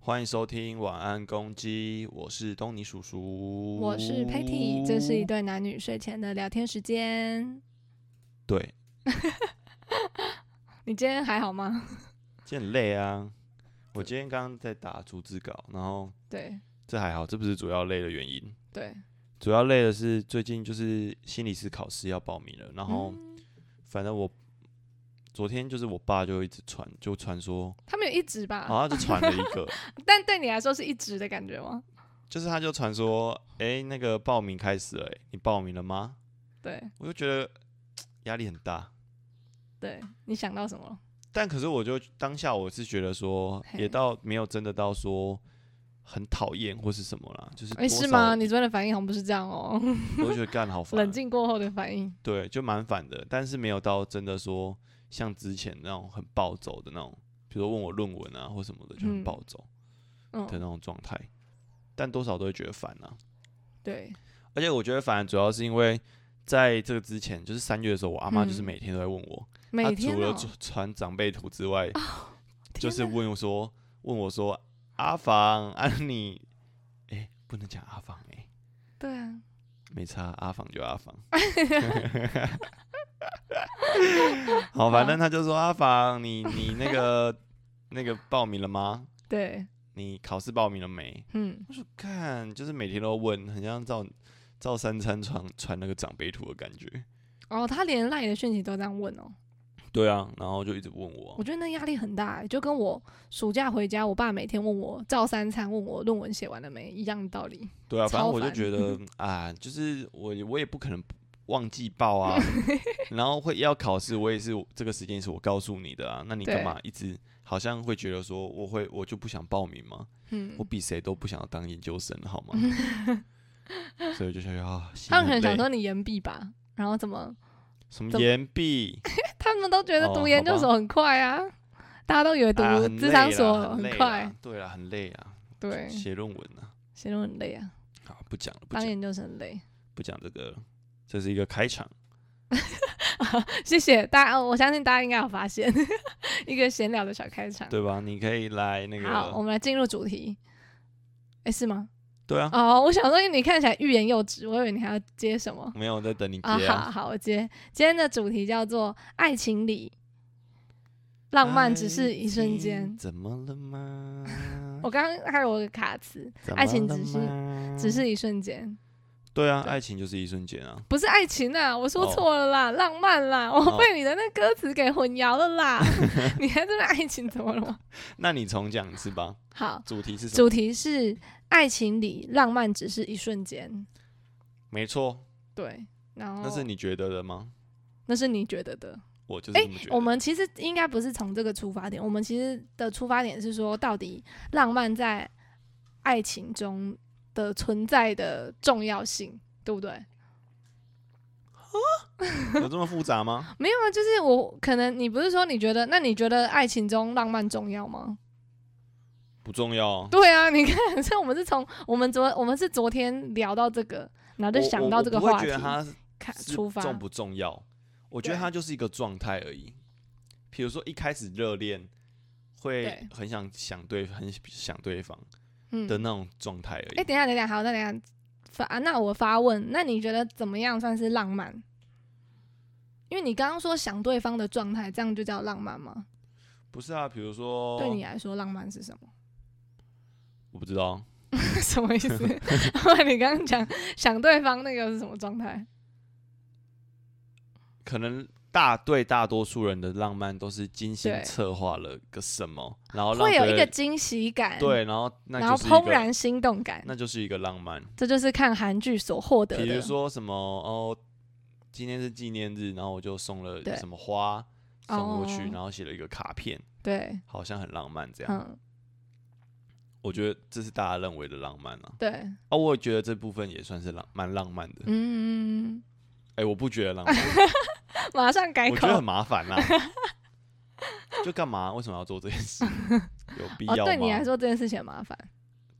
欢迎收听《晚安公鸡》，我是东尼叔叔，我是 Patty，这是一对男女睡前的聊天时间。对，你今天还好吗？今天很累啊，我今天刚刚在打逐字稿，然后 对这还好，这不是主要累的原因，对，主要累的是最近就是心理师考试要报名了，然后嗯反正我昨天就是我爸就一直传，就传说他们有一直吧，好像就传了一 个，但对你来说是一直的感觉吗？就是他就传说，哎、那个报名开始了、诶你报名了吗？对我就觉得压力很大。对，你想到什么了？但可是我就当下我是觉得说，嘿也到没有真的到说很讨厌或是什么啦，就是没多事少吗？你昨天的反应好像不是这样哦，我就觉得 干好烦，冷静过后的反应。对，就蛮烦的。但是没有到真的说像之前那种很暴走的那种，比如说问我论文啊或什么的就很嗯暴走嗯的，那种状态，但多少都会觉得烦啊。对，而且我觉得烦主要是因为在这个之前，就是三月的时候，我阿妈就是嗯每天都在问我，他每天除了哦，传传长辈图之外，就天是哪问我说，问我说，阿房，啊你，哎、不能讲阿房哎、对啊，没差，阿房就阿房。 好，反正他就说阿房，你你那个那个报名了吗？对，你考试报名了没？嗯，我说看，就是每天都问，很像照照三餐传传那个长辈图的感觉。哦，他连赖的讯息都这样问哦，对啊，然后就一直问我我，觉得那压力很大欸，就跟我暑假回家，我爸每天问我照三餐问我论文写完了没一样的道理。对啊，反正超我就烦觉 得啊，就是我我也不可能忘记报 啊，然后会要考试，我也是这个时间是我告诉你的啊，那你干对嘛一直好像会觉得说我会我就不想报名吗？嗯我，比谁都不想要当研究生，好吗？所以我就想说啊，心他们可能很想累说你延毕吧，然后怎么？什么怎么岩壁他们都觉得哦读研究所很快啊，大家都以为 读啊，很智累商啦所很累快啦，对啦，很累啊，对，写论文啊，写论文很累啊，好不讲了，不当讲研究生很累。不讲这个了，这是一个开场。谢谢大家，哦我相信大家应该有发现 一个闲聊的小开场。对吧？你可以来那好，我个，们来进入主题。哎，是吗？对啊，哦，我想说，因为你看起来欲言又止，我以为你还要接什么。没有我在等你啊，接啊。好好，我接。今天的主题叫做“爱情里浪漫只是一瞬爱间”。情怎么了吗 我刚刚还有个卡词，怎么爱情了只是吗只是一瞬间，对啊，对爱情就是一瞬间啊。不是爱情啊！我说哦错了啦，浪漫啦，哦我被你的那歌词给混淆了 啦。你还真的爱情怎么了吗？那你重讲一次吧。好，主题是什么？主题是爱情里浪漫只是一瞬间，没错，对。然后那是你觉得的吗？那是你觉得的，我就是哎这么觉得。我们其实应该不是从这个出发点，我们其实的出发点是说，到底浪漫在爱情中的存在的重要性，对不对？有这么复杂吗？没有啊，就是我可能你不是说你觉得，那你觉得爱情中浪漫重要吗？不重要啊。对啊，你看，所以我们是从我们昨我们是昨天聊到这个，然后就啊我想到这个我我话不会题觉得，它看是出发，重不重要？我觉得对它就是一个状态而已。比如说一开始热恋，会对很想想对，很想对方嗯的那种状态而已。哎、等一下，等一下，好，那等一下发、啊那我发问，那你觉得怎么样算是浪漫？因为你刚刚说想对方的状态，这样就叫浪漫吗？不是啊，比如说，对你来说，浪漫是什 么？我不知道，什么意思？ 不然你刚刚讲想对方那个是什么状态？可能大对大多数人的浪漫都是精心对策划了个什么，然后让会有别一个人惊喜感，，对，然后那然后就是一怦个然心动感，那就是一个浪漫。这就是看韩剧所获得的。比如说什么哦，今天是纪念日，然后我就送了对什么花送过去，哦然后写了一个卡片，对，好像很浪漫这样。嗯，我觉得这是大家认为的浪漫啊。对，嗯哦，我也觉得这部分也算是浪蛮浪漫的。哎、嗯，嗯我不觉得浪 漫，嗯马上改我觉得口很。麻烦 啦。就干嘛？为什么要做这件 事？有必哦，要吗？对你来说这件事情很麻烦。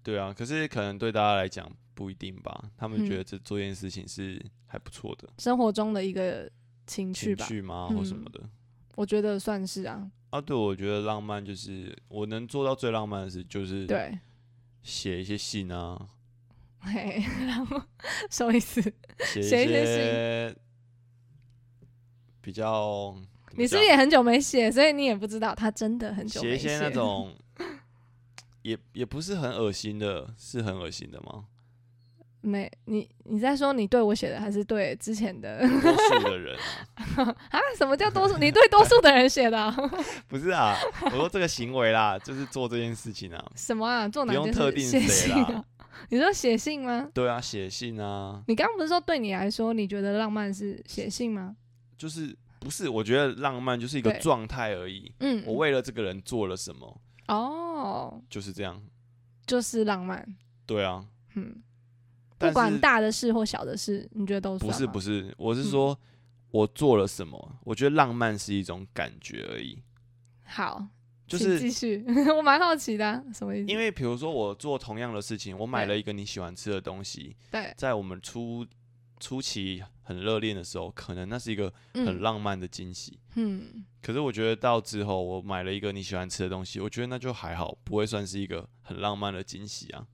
对啊，可是可能对大家来讲不一定吧。他们嗯觉得这做这件事情是还不错的，生活中的一个情趣情吧。趣吗，嗯或什么的。我觉得算是啊，啊，对，我觉得浪漫就是我能做到最浪漫的事，就是对，写一些信啊，嘿， 然后什么意思？写一写一些些比较，怎么你是不是讲也很久没写，所以你也不知道他真的很久写没一些那种也也不是很恶心的，是很恶心的吗？没你你在说你对我写的，还是对之前的 多数的人啊，啊？什么叫多数？你对多数的人写的啊、 不是啊，我说这个行为啦，就是做这件事情啊，什么啊？做哪不用件特事？定写谁信啦啊？ 你说写信吗？对啊，写信啊，你刚刚不是说对你来说，你觉得浪漫是写信吗？就是不是？我觉得浪漫就是一个对状态而已。嗯，我为了这个人做了什么，哦，就是这样。就是浪漫，对啊，嗯，但不是管大的事或小的事，你觉得都不是不是，是，我嗯是说、我做了什么。我觉得浪漫是一种感觉而已，好，就请是继续， 我蛮好奇的啊、什么意思？因为比如说我做同样的事情，我买对了一个你喜欢吃的东西，对，在我们初初期很热恋的时候，可能那是一个很嗯浪漫的惊喜。嗯，可是我觉得到之后，我买了一个你喜欢吃的东西，我觉得那就还好，不会算是一个很浪漫的惊喜啊，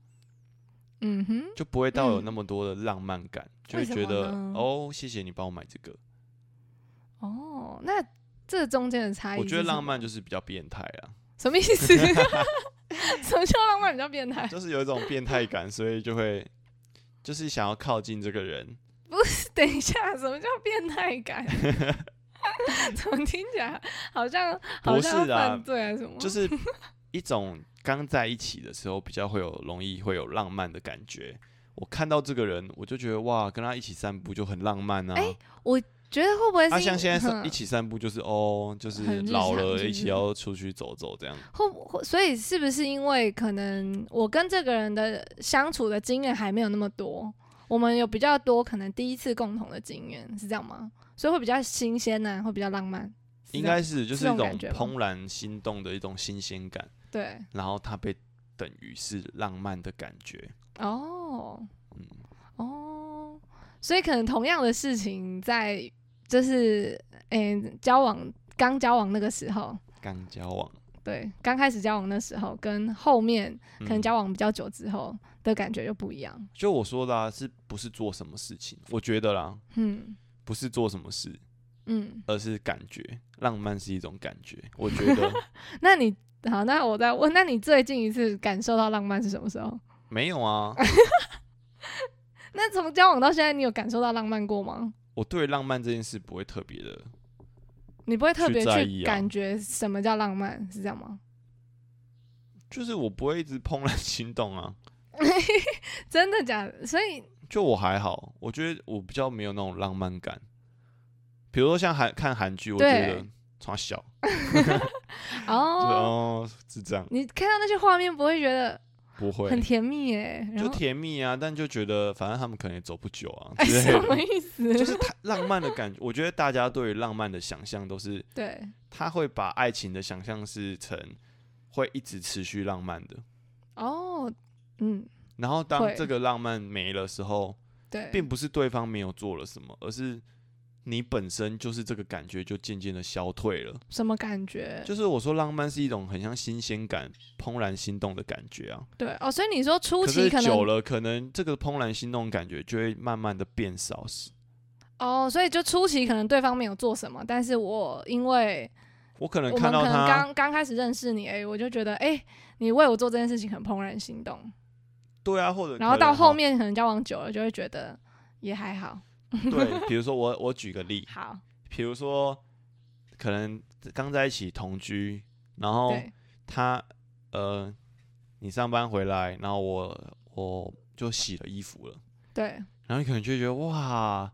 嗯哼，就不会到有嗯那么多的浪漫感，就会为什觉么得呢哦，谢谢你帮我买这个。哦，那这中间的差异，我觉得浪漫就是比较变态啊，什么意思？ 什么叫浪漫比较变态？ 就是有一种变态感，所以就会就是想要靠近这个人，等一下，什么叫变态感？ 怎么听起来好像好不是像要啊犯罪还是什么？就是一种刚在一起的时候比较会有容易会有浪漫的感觉。我看到这个人，我就觉得哇，跟他一起散步就很浪漫啊。哎觉得会不会是啊，因嗯像现在哼散一起散步就是哦，就是很日老常了是一不起是要出去走走这样。会不会，所以是不是因为可能我跟这个人的相处的经验还没有那么多，我们有比较多可能第一次共同的经验，是这样吗？所以会比较新鲜呢、会比较浪漫，是应这样该是就是这一种种感觉吗怦然心动的一种新鲜感，对然后它被等于是浪漫的感觉。哦嗯，哦，所以可能同样的事情在就是嗯、交往刚交往那个时候，刚交往，对刚开始交往那时候跟后面可能嗯交往比较久之后的感觉就不一样，就我说的、啊，是不是做什么事情？我觉得啦，嗯不是做什么事，嗯。而是感觉。浪漫是一种感觉，我觉得 那你好，那我再问，那你最近一次感受到浪漫是什么时候？没有啊。那从交往到现在，你有感受到浪漫过吗？我对浪漫这件事不会特别的，你不会特别去在意去啊感觉什么叫浪漫，是这样吗？就是我不会一直怦然心动啊。真的假的？所以就我还好，我觉得我比较没有那种浪漫感。比如说像韩看韩剧，我觉对得从小就是哦，哦是这样，你看到那些画面，不会觉得不会很甜蜜耶？然就后甜蜜啊，但就觉得反正他们可能也走不久 啊哎，之类什么的，意思？就是他浪漫的感觉。我觉得大家对于浪漫的想象都是，对他会把爱情的想象是成会一直持续浪漫的，哦，嗯，然后当会这个浪漫没了时候，对，并不是对方没有做了什么，而是你本身就是这个感觉就渐渐的消退了。什么感觉？就是我说浪漫是一种很像新鲜感、怦然心动的感觉啊。对哦，所以你说初可期是可久能了，可能这个怦然心动的感觉就会慢慢的变少，哦，所以就初期可能对方没有做什么，但是我因为我可能我看们到可能他，刚刚开始认识你，哎、我就觉得，哎、你为我做这件事情很怦然心动。对啊，或者然后可能到后，面可能交往久了，就会觉得也还好， 对，比如说我我举个例，好，比如说可能刚在一起同居，然后对，他呃，你上班回来，然后我我就洗了衣服了，对，然后你可能就会觉得哇，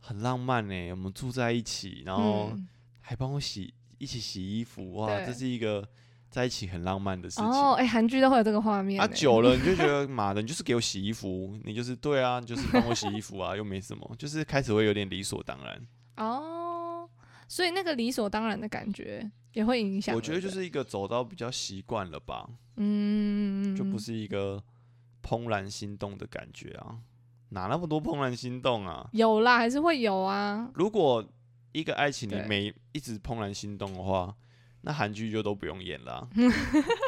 很浪漫呢，我们住在一起，然后嗯还帮我洗一起洗衣服，哇，对这是一个在一起很浪漫的事情。哦，哎、韩剧都会有这个画面、啊，哎久了你就觉得妈的，你就是给我洗衣服，你就是对啊，你就是帮我洗衣服啊，又没什么，就是开始会有点理所当然。哦，所以那个理所当然的感觉也会影响。我觉得就对不对，是一个走到比较习惯了吧，嗯，就不是一个怦然心动的感觉啊，哪那么多怦然心动啊？有啦，还是会有啊，如果一一个爱情你对每一直怦然心动的话，那韩剧就都不用演了 啊、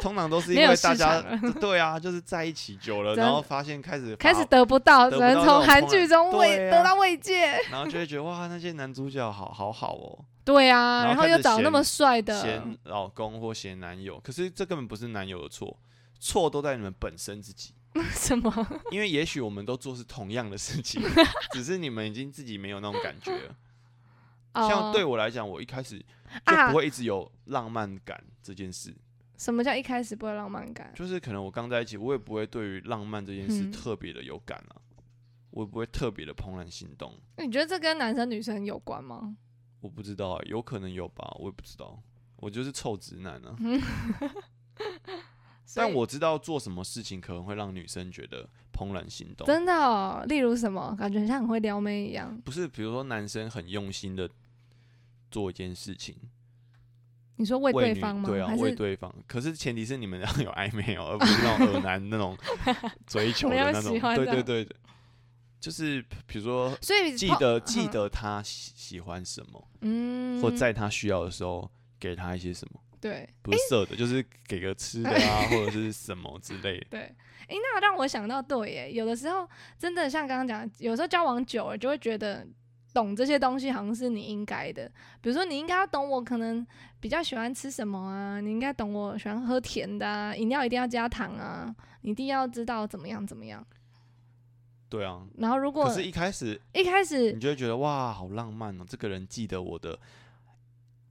通常都是因没有为市大家场了对啊，就是在一起久了，真的然后发现开始开始发得不到，得只不到能从韩剧中那种慰对啊得到慰藉。然后就会觉得哇，那些男主角好好好哦，对啊，然然后后开始又找嫌那么帅的，嫌老公或嫌男友，可是这根本不是男友的错，错都在你们本身自 己， 什么？因为也许我们都做是同样的事 情，只是你们已经自己没有那种感觉了。像哦对我来讲，我一开始就啊嗯不，会一直有浪漫感这件事，什么叫一开始不会浪漫感？就是可能我刚在一起，我也不会对于浪漫这件事嗯特别的有感啊，我也不会特别的怦然心动，你觉得这跟男生女生有关吗？ 我不知道、啊，有可能有吧，我也不知道，我就是臭直男啊。嗯所但以我知道做什么事情可能会让女生觉得怦然心动，真的、哦，例如什么，感觉像很会撩妹一样。不是比如说男生很用心的做一件事情，你说为为对女方吗？对啊还，为是对方。可是前提是你们要有暧昧哦，而不是那种 恶男那 种追求的没有那种。喜欢对的对对对，就是比如说所以记碰得记，嗯得他喜喜欢什么，嗯，或在他需要的时候给他一些什么，对不是色的，就是给个吃的啊，或者是什么之类的。对，诶，那让我想到，对耶，有的时候真的像刚刚讲的，有时候交往久了就会觉得懂这些东西好像是你应该的，比如说你应该要懂我可能比较喜欢吃什么啊，你应该懂我喜欢喝甜的啊，饮料一定要加糖啊，你一定要知道怎么样怎么样。对 啊，然后如果可是嗯一开始一开始你就会觉得哇，好浪漫哦，这个人记得我的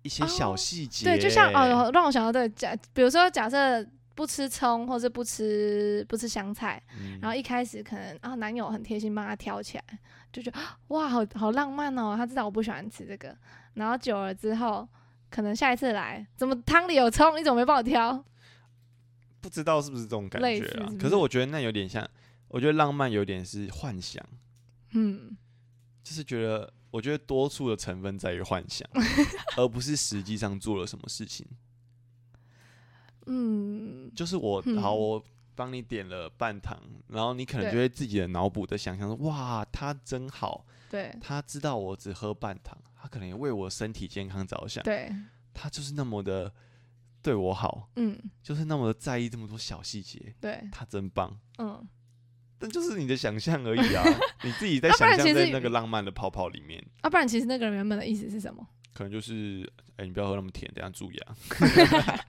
一些小哦细节。对，就像哦，让我想到对，假比如说假设不吃葱或者不吃不吃香菜，嗯，然后一开始可能啊男友很贴心帮他挑起来，就觉得啊哇好好浪漫哦，他知道我不喜欢吃这个，然后久了之后。可能下一次来，怎么汤里有葱，你怎么没帮我挑？不知道是不是这种感类觉似啊？是不可是是我觉得那有点像，我觉得浪漫有点是幻想，嗯， 就是觉得我觉得多数的成分在于幻 想，而不是实际上做了什么事情。嗯，就是我、好，嗯我帮你点了半糖，然后你可能对就会自己的脑补的想象说，哇，他真好，对他知道我只喝半糖，他可能也为我身体健康着想，对，他就是那么的对我好，嗯就是那么的在意这么多小细节，对，他真棒。嗯，但就是你的想象而 已啊，你自己在要不想然象其在实那个浪漫的泡泡里面，啊要、不然其实那个人原本的意思是什么？可能就是，哎、你不要喝那么甜，等下蛀牙，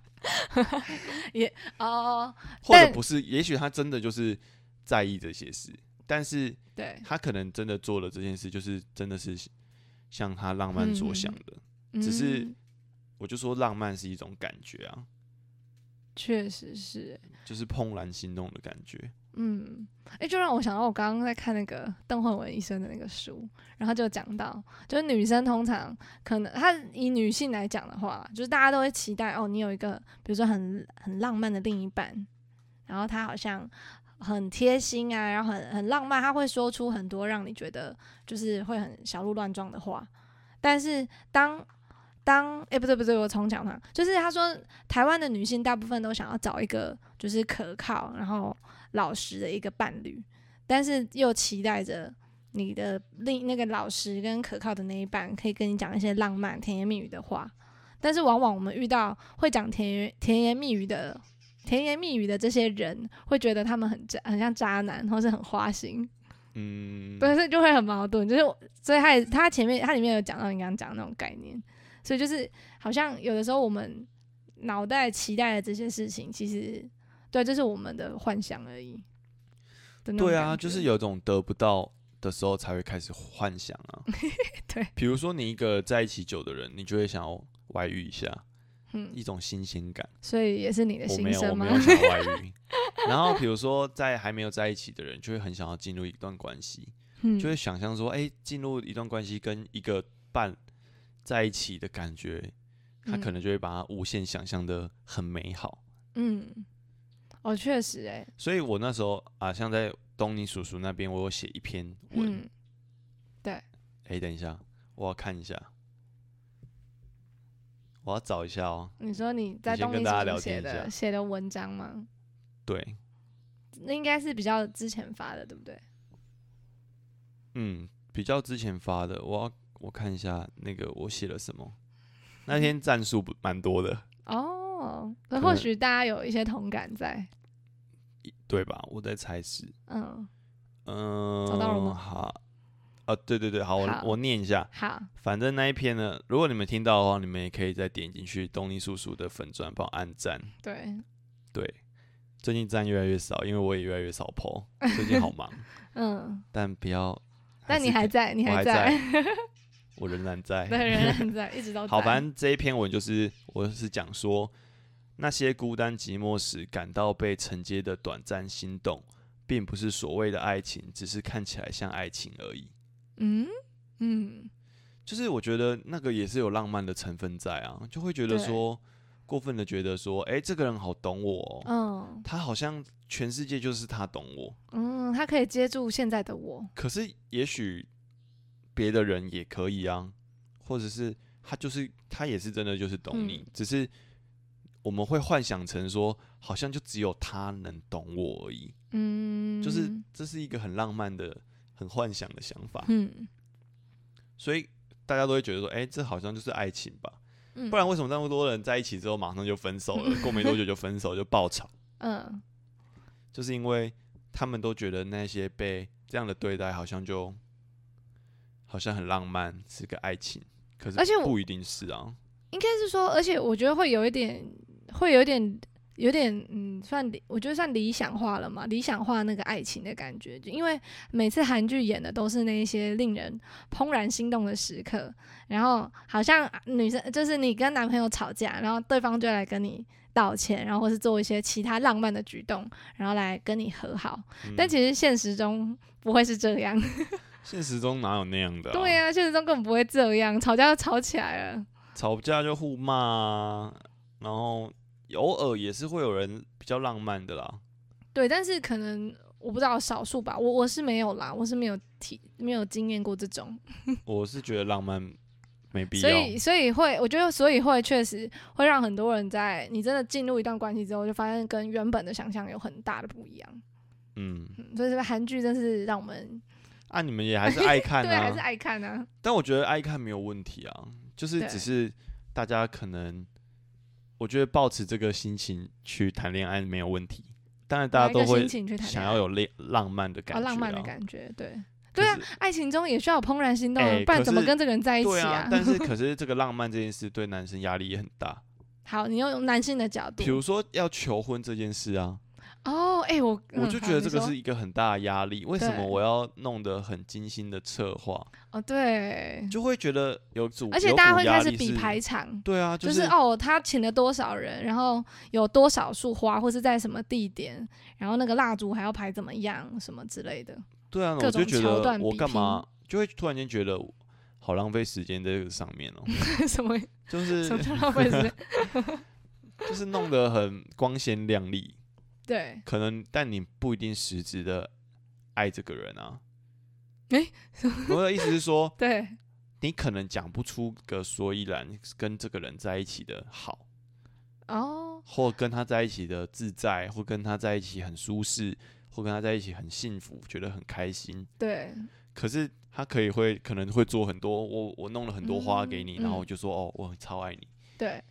哦，或者但不是，也许他真的就是在意这些事，但是对，他可能真的做了这件事，就是真的是像他浪漫所想的。只是嗯我就说浪漫是一种感觉啊，确实是，就是怦然心动的感觉。嗯，哎、就让我想到我刚刚在看那个邓慧文医生的那个书，然后就讲到，就是女生通常可能她以女性来讲的话，就是大家都会期待哦，你有一个比如说很很浪漫的另一半，然后他好像很贴心啊，然后很很浪漫，他会说出很多让你觉得就是会很小鹿乱撞的话，但是当当哎、不对不对，我重讲他，就是他说台湾的女性大部分都想要找一个就是可靠，然后老实的一个伴侣，但是又期待着你的另那个老实跟可靠的那一半可以跟你讲一些浪漫甜言蜜语的话，但是往往我们遇到会讲甜言甜言蜜语的甜言蜜语的这些人，会觉得他们很渣，很像渣男，或是很花心，嗯，对，所以就会很矛盾。就是我所以他也他前面他里面有讲到你刚刚讲的那种概念，所以就是好像有的时候我们脑袋期待的这些事情，其实对，就是我们的幻想而已。的那种对啊，感觉就是有种得不到的时候才会开始幻想啊。 对，比如说你一个在一起久的人，你就会想要外遇一下，嗯，一种新鲜感。所以也是你的我没心有，我声吗没？有想要外遇。 然后比如说在还没有在一起的人，就会很想要进入一段关系， 嗯就会想象说，哎、进入一段关系跟一个伴在一起的感觉，他可嗯能就会把它无限想象的很美好。嗯，哦，确实哎、所以我那时候啊，像在东尼叔叔那边，我有写一篇文，嗯，哎、等一下，我要看一下，我要找一下哦。你说你在先东跟尼大家叔聊叔写天一下的写的文章吗？对，那应该是比较之前发的，对不对？嗯，比较之前发的，我要我看一下那个我写了什么。那嗯天战术不蛮多的，哦，可可或能许大家有一些同感在，对吧？我在猜是，嗯，嗯、找到了吗好，啊，对对对，好，我好我念一下。好，反正那一篇呢，如果你们听到的话，你们也可以再点进去东尼叔叔的粉砖帮我按赞。对，对，最近赞越来越少，因为我也越来越少 PO，最近好 忙，嗯，但不要。但你是还在，你我还在，我仍然在。 对，仍 然在，一直都在。好，反正这一篇文就是我是讲说，那些孤单寂寞时感到被承接的短暂心动，并不是所谓的爱情，只是看起来像爱情而已。嗯嗯，就是我觉得那个也是有浪漫的成分在啊，就会觉得对说过分的觉得说，哎、这个人好懂我、哦，嗯他好像全世界就是他懂我。嗯，他可以接住现在的我，可是也许别的人也可以啊，或者是他就是他也是真的就是懂你，嗯只是我们会幻想成说，好像就只有他能懂我而已，嗯，就是这是一个很浪漫的、很幻想的想法，嗯所以大家都会觉得说，哎、这好像就是爱情吧？嗯，不然为什么那么多人在一起之后马上就分手 了，过没多久就分手就爆吵？嗯就是因为他们都觉得那些被这样的对待，好像就好像很浪漫，是个爱情，可是而且我不一定是啊。应该是说，而且我觉得会有一点，会有一点，有点，嗯，算理，我觉得算理想化了嘛，理想化那个爱情的感觉，就因为每次韩剧演的都是那一些令人怦然心动的时刻，然后好像女生就是你跟男朋友吵架，然后对方就来跟你道歉，然后或是做一些其他浪漫的举动，然后来跟你和好，嗯但其实现实中不会是这样，现实中哪有那样的、啊？对啊，现实中根本不会这样，吵架就吵起来了，吵架就互骂、啊，然后偶尔也是会有人比较浪漫的啦。对，但是可能我不知道少数吧，我我是没有啦，我是没有体没有经验过这种，我是觉得浪漫没必所要，以所以会我觉得所以会确实会让很多人在你真的进入一段关系之后，就发现跟原本的想象有很大的不一样。嗯，嗯、所以这个韩剧真是让我们、啊，你们也还是爱看 对还啊是，爱看啊，但我觉得爱看没有问题啊，就是对只是大家可能，我觉得抱持这个心情去谈恋爱没有问题。当然，大拿家一个都会心情去谈想要恋爱，有浪浪漫的感啊觉、浪漫的感觉，对可对啊是，爱情中也需要有怦然心动啊，哎不然可怎么是跟这个人在一起对啊啊？。但是可是这个浪漫这件事对男生压力也很大， 好，你用男性的角比如度说要求婚这件事啊，哦，哎、我我嗯就好觉得你这个说是一个很大的压力。为什对么我要弄得很精心的策划，哦，对，就会觉得有组，而且有大家股会压开始力比是排场，对啊，就是是哦，他请了多少人，然后有多少束花，或是在什么地点，然后那个蜡烛还要排怎么样，什么之类的。 对啊，各我就种觉桥得段我比干嘛，就会突然间觉得好浪费时间在这个上面 哦，什么就什是么叫浪费时间？ 就是弄得很光鲜亮丽，对，可能但你不一定实质的爱这个人啊。诶 我的意思是说，对，你可能讲不出个所以然，跟这个人在一起的好，哦，或跟他在一起的自在，或跟他在一起很舒适，或跟他在一起很幸福，觉得很开心。对，可是他可以会可能会做很多，我我弄了很多花给你，嗯然后我嗯就说哦，我超爱你，对，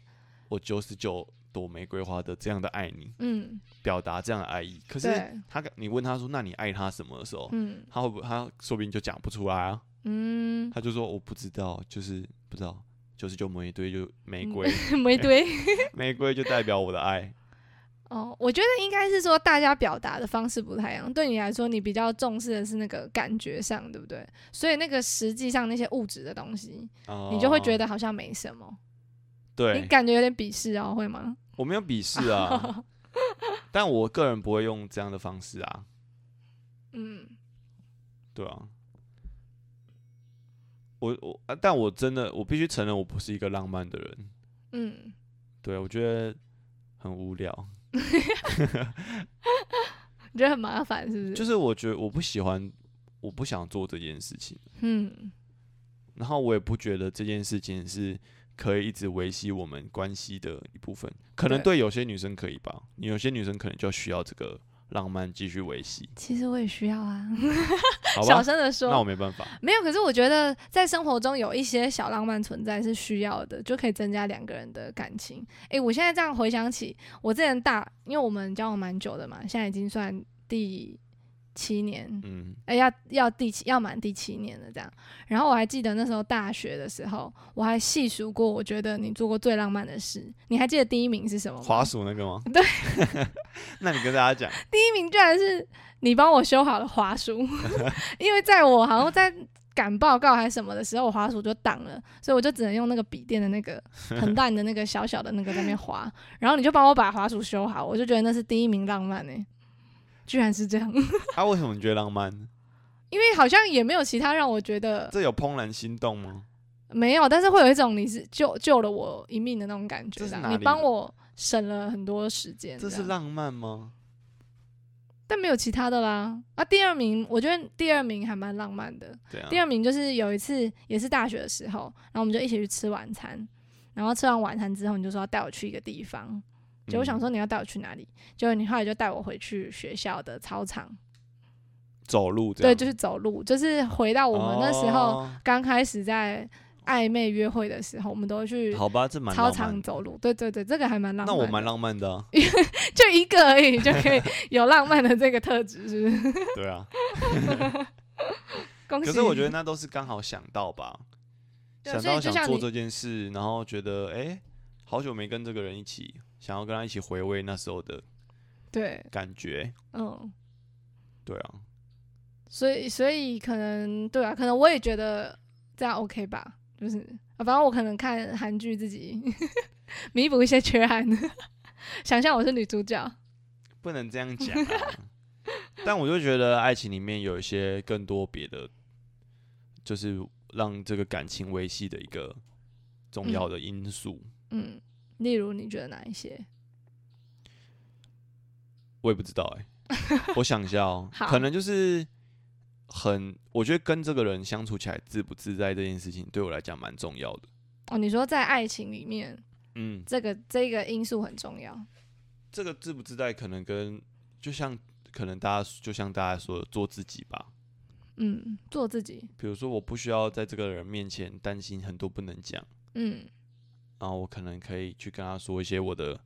我九十九朵玫瑰花的这样的爱你，嗯，表达这样的爱意。可是对，他你问他说，那你爱他什么的时候，嗯他会不他说不定就讲不出来啊， 嗯，他就说我不知道，就是不知道。九十九玫瑰就玫瑰，没堆。玫瑰就代表我的 爱。哦，我觉得应该是说大家表达的方式不太一样。对你来说，你比较重视的是那个感觉上，对不对？所以那个实际上那些物质的东西，你就会觉得得好像没什么。你哦对，感觉有点鄙视哦，会吗？我没有鄙视啊， 但我个人不会用这样的方式啊，嗯，对啊，我我、啊，但我真的我必须承认，我不是一个浪漫的人。嗯，对，啊我觉得很无聊，你觉得很麻烦是不是？就是我觉得我不喜欢，我不想做这件事情，嗯，然后我也不觉得这件事情是可以一直维系我们关系的一部分。可能对对有些女生可以吧，有些女生可能就需要这个浪漫继续维系，其实我也需要啊，好吧小？声的那我说，没办法，没有。可是我觉得在生活中有一些小浪漫存在是需要的，就可以增加两个人的感情。诶，我现在这样回想起，我之前大，因为我们交往蛮久的嘛，现在已经算第七年，嗯，哎、要要第七要满第七年了这样。然后我还记得那时候大学的时候，我还细数过，我觉得你做过最浪漫的事，你还记得第一名是什么吗？滑鼠那个吗？对， 那你跟大家讲，第一名居然是你帮我修好了滑 鼠，因为在我好像在赶报告还是什么的时候，我滑鼠就挡了，所以我就只能用那个笔电的 那个很烂的那个小小的那个在那边滑，然后你就帮我把滑鼠修好，我就觉得那是第一名浪漫呢、欸居然是这样， 他、啊为什么你觉得浪漫？因为好像也没有其他让我觉得这有怦然心动吗？没有，但是会有一种你是救救了我一命的那种感觉这是啦，哪你里帮的我省了很多时间，这是样浪漫吗？但没有其他的啦。啊，第二名，我觉得第二名还蛮浪漫的。对啊第，二名就是有一次也是大学的时候，然后我们就一起去吃晚餐，然后吃完晚餐之后，你就说要带我去一个地方，结果我想嗯说你要带我去哪里，结果你后来就带我回去学校的操场，走路这对，样，就是走路，就是回到我们那时哦候刚开始在暧昧约会的时候，我们都会去哦好吧，这蛮操浪场漫的。走路，对对对，这个还蛮浪那漫我的，蛮浪漫的、啊，就一个而已就可以有浪漫的这个特质，是不是？对 啊。恭喜！可是我觉得那都是刚好想到吧，对想所以到就想像做你这件事，然后觉得哎、诶好久没跟这个人一起，想要跟他一起回味那时候的对，感觉。嗯。对啊，所以，所以可能对啊，可能我也觉得这样 OK 吧，就是啊反正我可能看韩剧自己 弥补一些缺憾， 想象我是女主角，不能这样讲、啊。 但我就觉得爱情里面有一些更多别的，就是让这个感情维系的一个重要的因素。嗯，例如你觉得哪一些？ 我也不知道 哎、我想一下哦、好可能就是很，我觉得跟这个人相处起来自不自在这件事情，对我来讲蛮重要的。哦，你说在爱情里面，嗯，这个这个因素很重要，这个自不自在，可能跟就像可能大家就像大家说的做自己吧。嗯，做自己，比如说，我不需要在这个人面前担心很多不能讲，嗯然后我可能可以去跟他说一些我的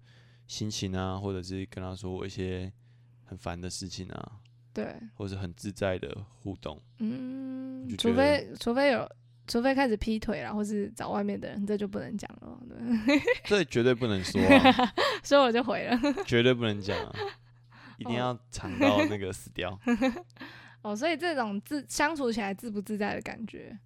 心情啊，或者是跟他说我一些很烦的事情啊，对，或者很自在的互动。嗯我就，觉除得非除非有。除非开始劈腿啦，或是找外面的人，这就不能讲了嘛，对，这绝对不能说、啊， 所以我就回了。绝对不能讲啊，一定哦要藏到那个死掉。 哦，所以这种自相处起来自不自在的感觉，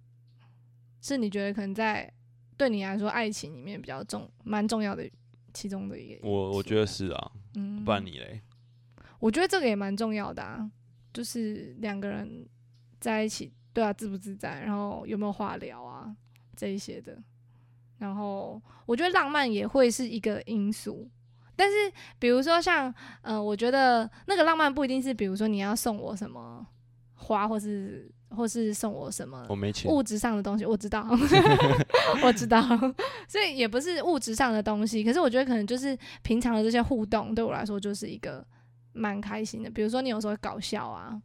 是你觉得可能在对你来说爱情里面比较重蛮重要的其中的一个。我我觉得是啊，嗯不然你嘞？我觉得这个也蛮重要的啊，就是两个人在一起，对啊，自不自在，然后有没有话聊啊这一些的。然后我觉得浪漫也会是一个因素，但是比如说像，呃，我觉得那个浪漫不一定是，比如说你要送我什么花，或是或是送我什么我没钱，物质上的东西，我知道， 我知道， 所以也不是物质上的东西。可是我觉得可能就是平常的这些互动，对我来说就是一个蛮开心的。比如说你有时候会搞笑啊，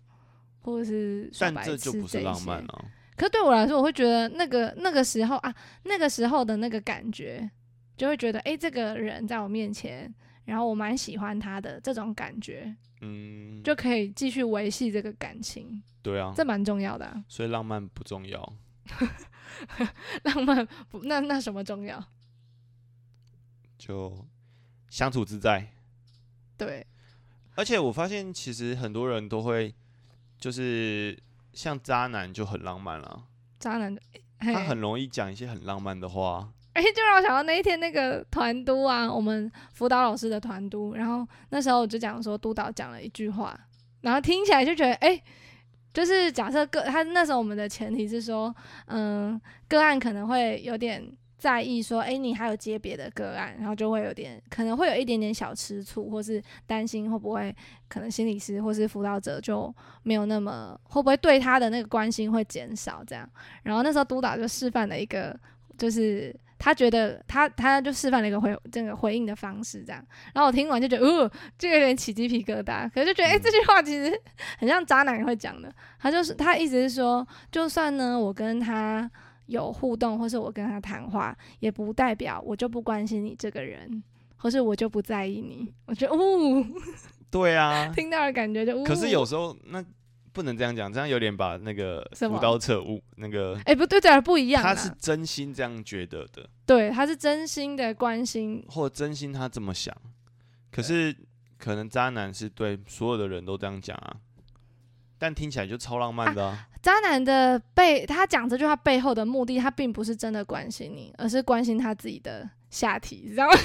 或者是耍但白这痴就一不是浪些漫啊。可是对我来说，我会觉得那个那个时候啊，那个时候的那个感觉，就会觉得诶，这个人在我面前，然后我蛮喜欢他的这种感觉，嗯，就可以继续维系这个感情，对啊，这蛮重要的、啊。所以浪漫不重要。浪漫不那那什么重要？就相处自在。对。而且我发现，其实很多人都会，就是像渣男就很浪漫了，渣男，他哎很容易讲一些很浪漫的话。哎、就让我想到那一天那个团督啊，我们辅导老师的团督，然后那时候我就讲说督导讲了一句话，然后听起来就觉得哎。就是假设个他那时候我们的前提是说，嗯，个案可能会有点在意说，哎、你还有接别的个案，然后就会有点可能会有一点点小吃醋，或是担心会不会可能心理师或是辅导者就没有那么会不会对他的那个关心会减少这样。然后那时候督导就示范了一个，就是他觉得他他就示范了一个回这个回应的方式，这样。然后我听完就觉得，哦，这个有点起鸡皮疙瘩。可是就觉得，哎、嗯这句话其实 很像渣男会讲的。他就是他意思是说，就算呢我跟他有互动，或是我跟他谈话，也不代表我就不关心你这个人，或是我就不在意你。我觉得，哦呜、对 啊，听到的感觉就，呜、可是有时候那不能这样讲，这样有点把那个什么舞刀扯雾。那个哎、不对，对，不一样啦。他是真心这样觉得的，对，他是真心的关心，或真心他这么想。可是可能渣男是对所有的人都这样讲啊，但听起来就超浪漫的、啊。渣男的背，他讲这句话背后的目的，他并不是真的关心你，而是关心他自己的下体，知道吗？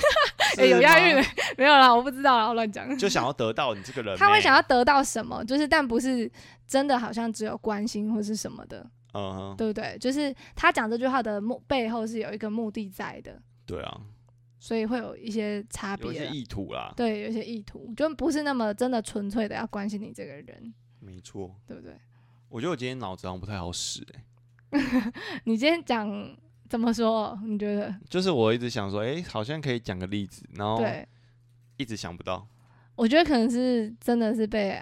哎、有押韵是没吗，？ 没有啦，我不知道啦，我乱讲。就想要得到你这个人、欸他会想要，得到什么？就是，但不是真的，好像只有关心或是什么的，嗯哼，对不对？就是他讲这句话的目背后是有一个目的在的，对啊，所以会有一些差有一别啊些啦。意图啦，对，有一些意图，就不是那么真的纯粹的要关心你这个人，没错。对不对？我觉得我今天脑子好像不太好使、欸，你今天讲怎么说？你觉得？就是我一直想说，哎、好像可以讲个例子，然后对，一直想不到，我觉得可能是真的是被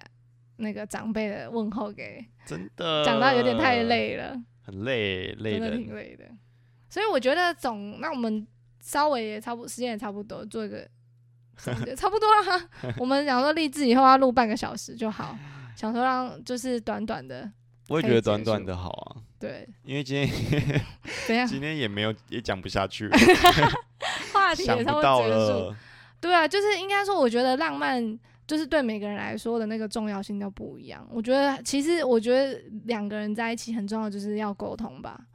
那个长辈的问候给真的讲到有点太，累了，很累，呃累真的人挺累的。所以我觉得总那我们稍微也差不时间也差不多，做一个总 结差不多啦。我们想说励志以后要录半个小时就好，想说让就是短短的，我也可觉以得结短短束的好啊，对，因为今 天怎样？今天也没有也讲不下 去了，话题想也差不不到多结束。了。对啊，就是应该说，我觉得浪漫就是对每个人来说的那个重要性都不一样。我觉得其实我觉得两个人在一起很重要，就是要沟通吧，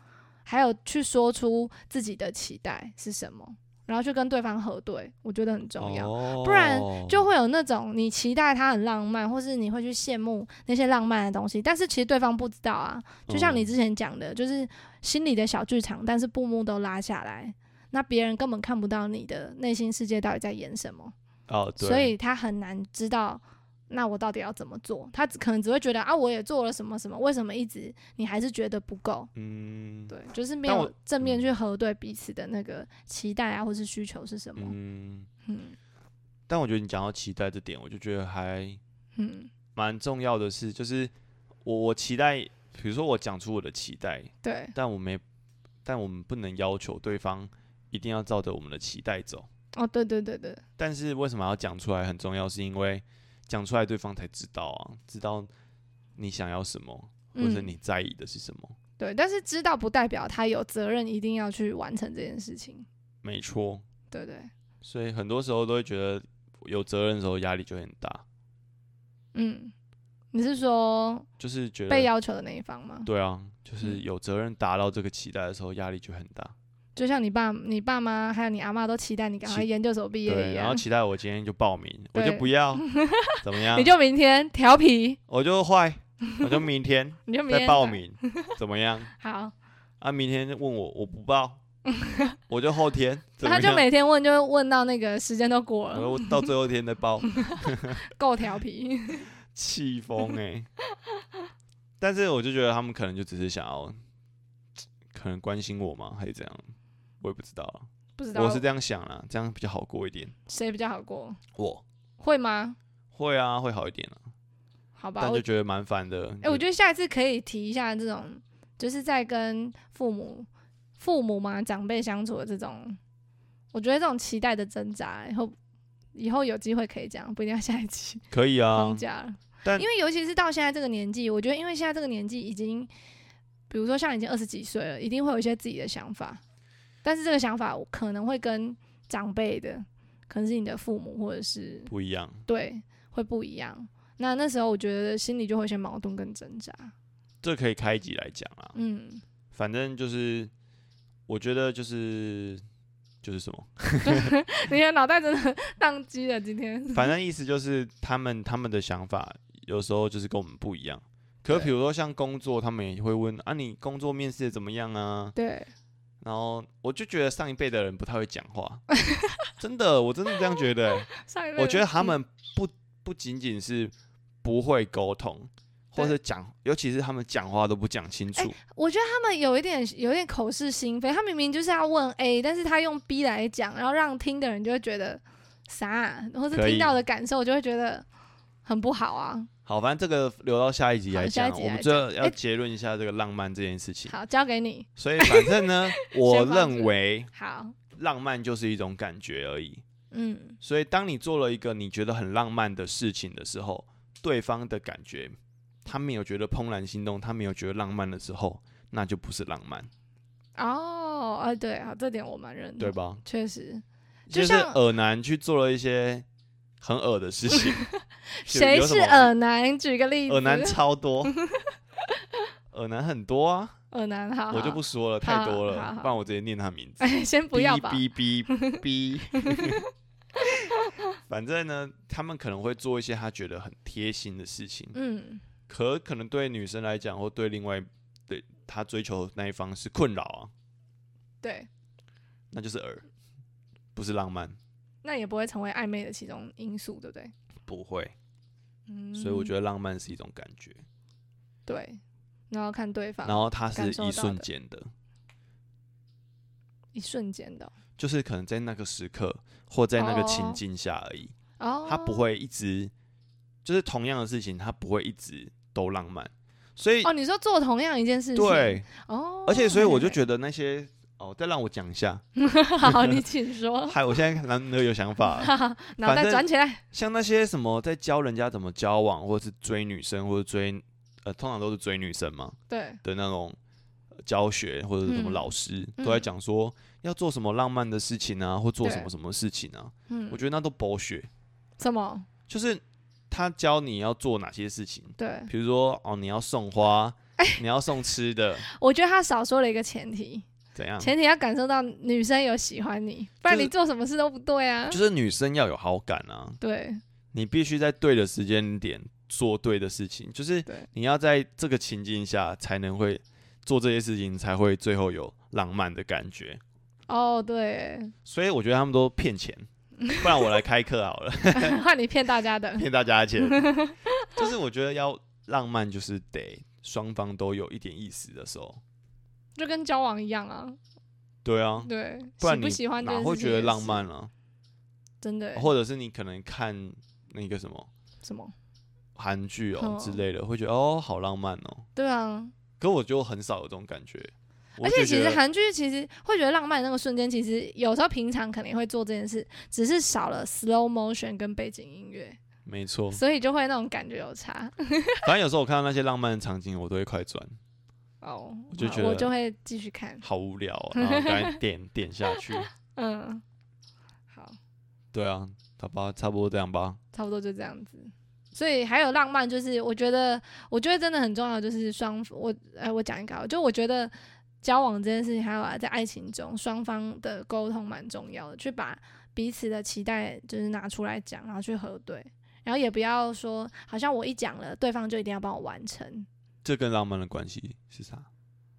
还有去说出自己的期待是什么，然后去跟对方核对，我觉得很重要。哦不然就会有那种你期待他很浪漫，或是你会去羡慕那些浪漫的东西，但是其实对方不知道啊。就像你嗯之前讲的，就是心里的小剧场，但是布幕都拉下来，那别人根本看不到你的内心世界到底在演什么，哦，对所以他很难知道。那我到底要怎么做？他只可能只会觉得啊，我也做了什么什么，为什么一直你还是觉得不够？嗯对，就是没但有我正面嗯去核对彼此的那个期待啊，或是需求是什么。嗯，嗯但我觉得你讲到期待这点，我就觉得还嗯，蛮重要的是，就是我我期待，比如说我讲出我的期待，对但我没，但我们不能要求对方一定要照着我们的期待走。哦，对对对对，但是为什么要讲出来很重要，是因为讲出来对方才知道啊，知道你想要什么，或者嗯你在意的是什么。对，但是知道不代表他有责任一定要去完成这件事情，没错，对对，所以很多时候都会觉得有责任的时候压力就很大，嗯，你是说就是觉被得要求的那一方吗？对啊，就是嗯有责任达到这个期待的时候压力就很大。就像你爸、你爸妈还有你阿妈都期待你赶快期研究所毕业对，一然后样，期待我今天就报名，我就对不 要，怎么样？你就明天调皮，我就坏，我就明天你 就明再天报吧。名，怎么样？好，啊，明天问我我不 报，我就后天，怎么他样？哦就每天问，就问到那个时间都过我了，就到最后一天再报，够调皮。气疯 哎！但是我就觉得他们可能就只是想要，可能关心我嘛，还是怎样，我也不知道啊。不知道我是这样想啦，这样比较好过一点。谁比较好过，我会吗？会啊，会好一点啊，好吧，但我就嗯觉得蛮烦的。哎、我觉得下一次可以提一下这种，就是在跟父母、父母嘛长辈相处的这种，我觉得这种期待的挣扎，以后以后有机会可以讲，不一定要下一期可以啊放，假了。但因为尤其是到现在这个年纪，我觉得因为现在这个年纪已经，比如说像已经二十几岁了，一定会有一些自己的想法，但是这个想法我可能会跟长辈的，可能是你的父母或者是不一样。对会不一样。那那时候我觉得心里就会有一些矛盾跟挣扎。这可以开一集来讲啊。 嗯，反正就是，我觉得就是就是什么，你的脑袋真的 宕机了，今天。 反正意思就是他们他们的想法有时候就是跟我们不一样。可对比如说像工作，他们也会问啊，你工作面试得怎么样啊？对，然后我就觉得上一辈的人不太会讲 话，真的，我真的这样觉得欸、上一位我觉得他们不不仅仅是不会沟通，或者讲，尤其是他们讲话都不讲清楚。我觉得他们有一点有一点口是心非，他明明就是要问 A，但是他用 B 来讲，然后让听的人就会觉得啥啊，或是可以听到的感受就会觉得很不好啊。好，反正这个留到下一集来好讲下一啊。集我们来最讲后要哎结论一下这个浪漫这件事情。好，交给你。所以反正 呢，我先放认着为好，浪漫就是一种感觉而已。嗯，所以当你做了一个你觉得很浪漫的事情的时候，对方的感觉他没有觉得怦然心动，他没有觉得浪漫的时候，那就不是浪漫，嗯哦，啊，对，好，这点我蛮认同，对？吧？确实，就就是像，耳男去做了一些很耳的事情 谁有什是么耳男？举个例子，耳男超 多，耳男很多啊，耳男，好，我就好不，说了，太多好了好，好不然我直接念他名字。哎，先不要吧，哔哔哔 哔。 反正呢，他们可能会做一些他觉得很贴心的事情，嗯，可可能对女生来讲，或对另外对他追求那一方是困扰啊，对，那就是耳，不是浪漫，那也不会成为暧昧的其中因素，对不对？不会。嗯，所以我觉得得浪漫是一种感觉，对，然后看对方，然后它是嗯感受一到瞬的间的，一瞬间的就是可能在那个时刻或在那个情哦境下而已，哦，它不会一直就是同样的事情，它不会一直都浪漫，所以哦，你说做同样一件事情，对。哦，而且，所以我就得，觉得那些哦，再让我讲一下，好，你 请说，还我现在难得有想法了，脑反袋正转起来，像那些什么在教人家怎么交往，或者是追女生，或者追呃，通常都是追女生嘛对，的那种呃教学或者是什么嗯老师、嗯都在讲说要做什么浪漫的事情啊，或做什对么什么事情啊，嗯我，觉得那都博学，什么？就是他教你要做哪些事情，对，比如说哦，你要送花，哎你要送吃的，我觉得他少说了一个前提，怎样？前提要感受到女生有喜欢你，不然嗯就是你做什么事都不对啊就。是女生要有好感啊，对你必须在对的时间点做对的事情，就是对你要在这个情境下才能会做这些事情，才会最后有浪漫的感觉。哦，对， 所以我觉得他们都骗钱，不然我来开课好了，换你骗大家的，骗大家的 钱。就是我觉得要浪漫，就是得双方都有一点意思的时候。就跟交往一样啊。对啊，对，不然喜你不喜欢这哪件会事情觉得也浪是？漫啊？真的欸或者是你可能看那个什么什么？韩剧哦哦之类的，会觉得哦好浪漫哦。对啊，可我就很少有这种感觉。我而就且其觉实得韩剧其实会觉得浪漫的那个瞬间，其实有时候平常可能也会做这件事，只是少了 slow motion 跟背景音乐，没错，所以就会那种感觉有 差。反正有时候我看到那些浪漫的场景，我都会快转，哦，我就好觉得我就会继续看。好无聊、哦，然后赶紧点点下去。嗯，好，对啊，好吧，差不多这样吧。差不多就这样子。所以还有浪漫，就是我觉得，我觉得真的很重要，就是双我哎，我讲一个好了，就我觉得交往这件事情，还有啊，在爱情中双方的沟通蛮重要的，去把彼此的期待就是拿出来讲，然后去核对，然后也不要说好像我一讲了，对方就一定要帮我完成，这跟浪漫的关系是啥？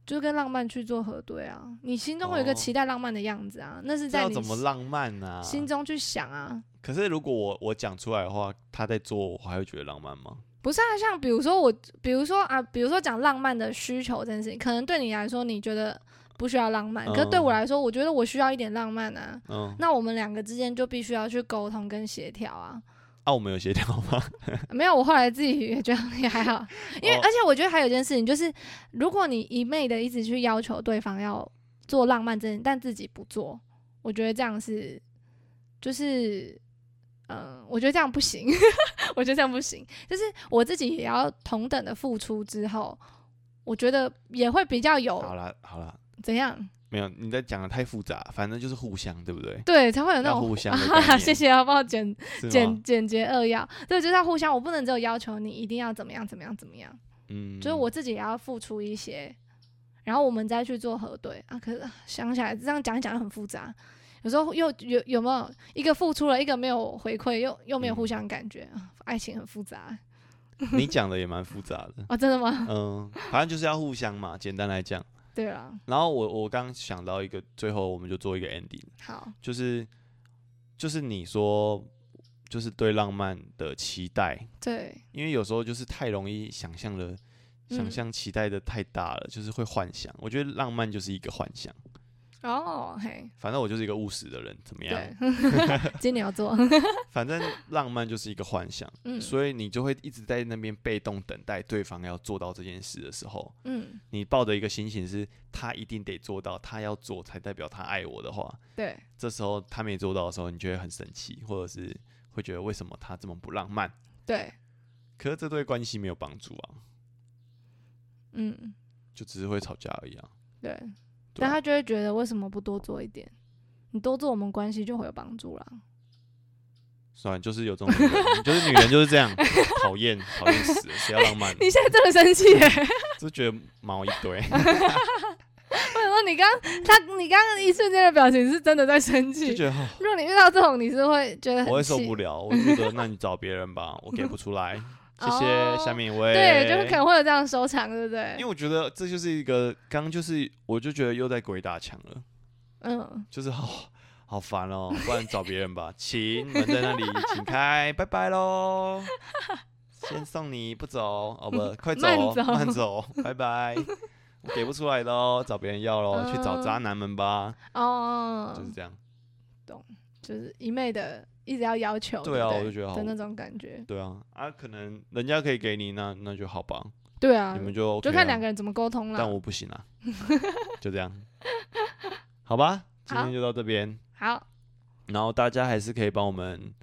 就是跟浪漫去做核对啊。你心中会有一个哦期待浪漫的样子啊，那是这在要你怎么浪漫呢、啊？心中去想啊，可是如果我我讲出来的话，他在做，我还会觉得浪漫吗？不是啊，像比如说我，比如说啊，比如说讲浪漫的需求这件事情，可能对你来说你觉得不需要浪漫，可是对嗯我来说，我觉得我需要一点浪漫啊。嗯，那我们两个之间就必须要去沟通跟协调啊。啊，我们有协调吗？ 没有，我后来自己也觉得也还好，因为、哦而且我觉得还有一件事情就是，如果你一昧的一直去要求对方要做浪漫这件，但自己不做，我觉得这样是就是。嗯，我觉得这样不行， 我觉得这样不行。就是我自己也要同等的付出之后，我觉得也会比较好有啦好啦，怎样没有，你在讲的太复杂，反正就是互相，对不对？对才会有那要种互 相的概啊念，谢谢啊，帮我剪是吗简？简洁扼要。对，就是要互相，我不能只有要求你一定要怎么样怎么样怎么样。嗯，就是我自己也要付出一些，然后我们再去做核对啊。可是啊想起来这样讲一讲很复杂，有时候又有有没有一个付出了，一个没有回馈，又又没有互嗯相感觉，啊爱情很复杂你讲的也蛮复杂的。啊，真的吗？ 嗯，反正就是要互相嘛，简单来讲。对了，然后我我刚想到一个，最后我们就做一个 ending，好，就是就是你说，就是对浪漫的期待，对，因为有时候就是太容易想象了，想嗯象期待的太大了，就是会幻想。我觉得浪漫就是一个幻想，哦，嘿，反正我就是一个务实的人，怎么 样？对，金牛 座，反正浪漫就是一个幻想，嗯所以你就会一直在那边被动等待对方要做到这件事的时候，嗯，你抱着一个心情是他一定得做到，他要做才代表他爱我的话，对，这时候他没做到的时候，你就会很生气，或者是会觉得为什么他这么不浪漫？对，可是这对关系没有帮助啊，嗯，就只是会吵架而已啊。对，对但啊他就会觉得为什么不多做一点？你多做，我们关系就会有帮助了。算了，就是有这种女人，就是女人就是 这样，讨厌讨厌死了，谁要浪漫？你现在真的生气耶？就觉得毛一 堆。我想说你刚他，你刚刚一瞬间的表情是真的在生就气。觉得哦如果你遇到这种，你是会觉得很我会受气不了，我就觉得那你找别人 吧，我给不出来。谢谢，哦下面一位。对，就是可能会有这样的收场，对因不为对？我觉得这就是一个，刚刚就是我就觉得又在鬼打墙了，嗯，就是好 好烦哦，不然找别人吧。 请门在那里，请开，拜拜 喽。先送你，不走哦不，快走，慢走慢走，拜拜。我给不出来 喽，找别人要喽，去找嗯渣男们吧，哦就是，这样。就是一昧的一直要要求，对啊不我就觉得好的那种感觉。对啊，啊，可能人家可以给你，那那就好吧，对啊你，们就 OK 就看啊两个人怎么沟通但了。我不行 啊，就这样，好吧，今好天就到这边，好，然后大家还是可以帮我们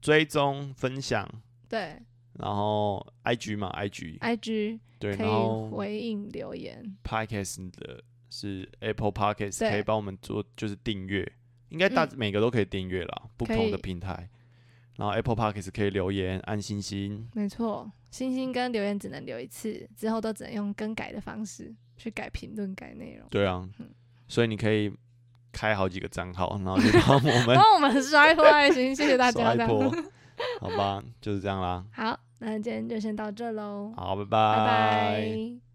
追踪分享，对然后 IG 嘛，IG ，IG 对，可然以后回应留言， Podcast 的是 Apple Podcast 对可以帮我们做就是订阅，应该大、嗯每个都可以订阅啦，不可同的以平台，然后 Apple Podcast 可以留言按星星，没错，星星跟留言只能留一次，之后都只能用更改的方式去改评论、改内容。对啊嗯，所以你可以开好几个账号，然后就帮我 们帮我们刷一波爱心，谢谢大刷家。一哦这样波，好吧，就是这样啦。好，那今天就先到这喽，好，拜拜拜拜。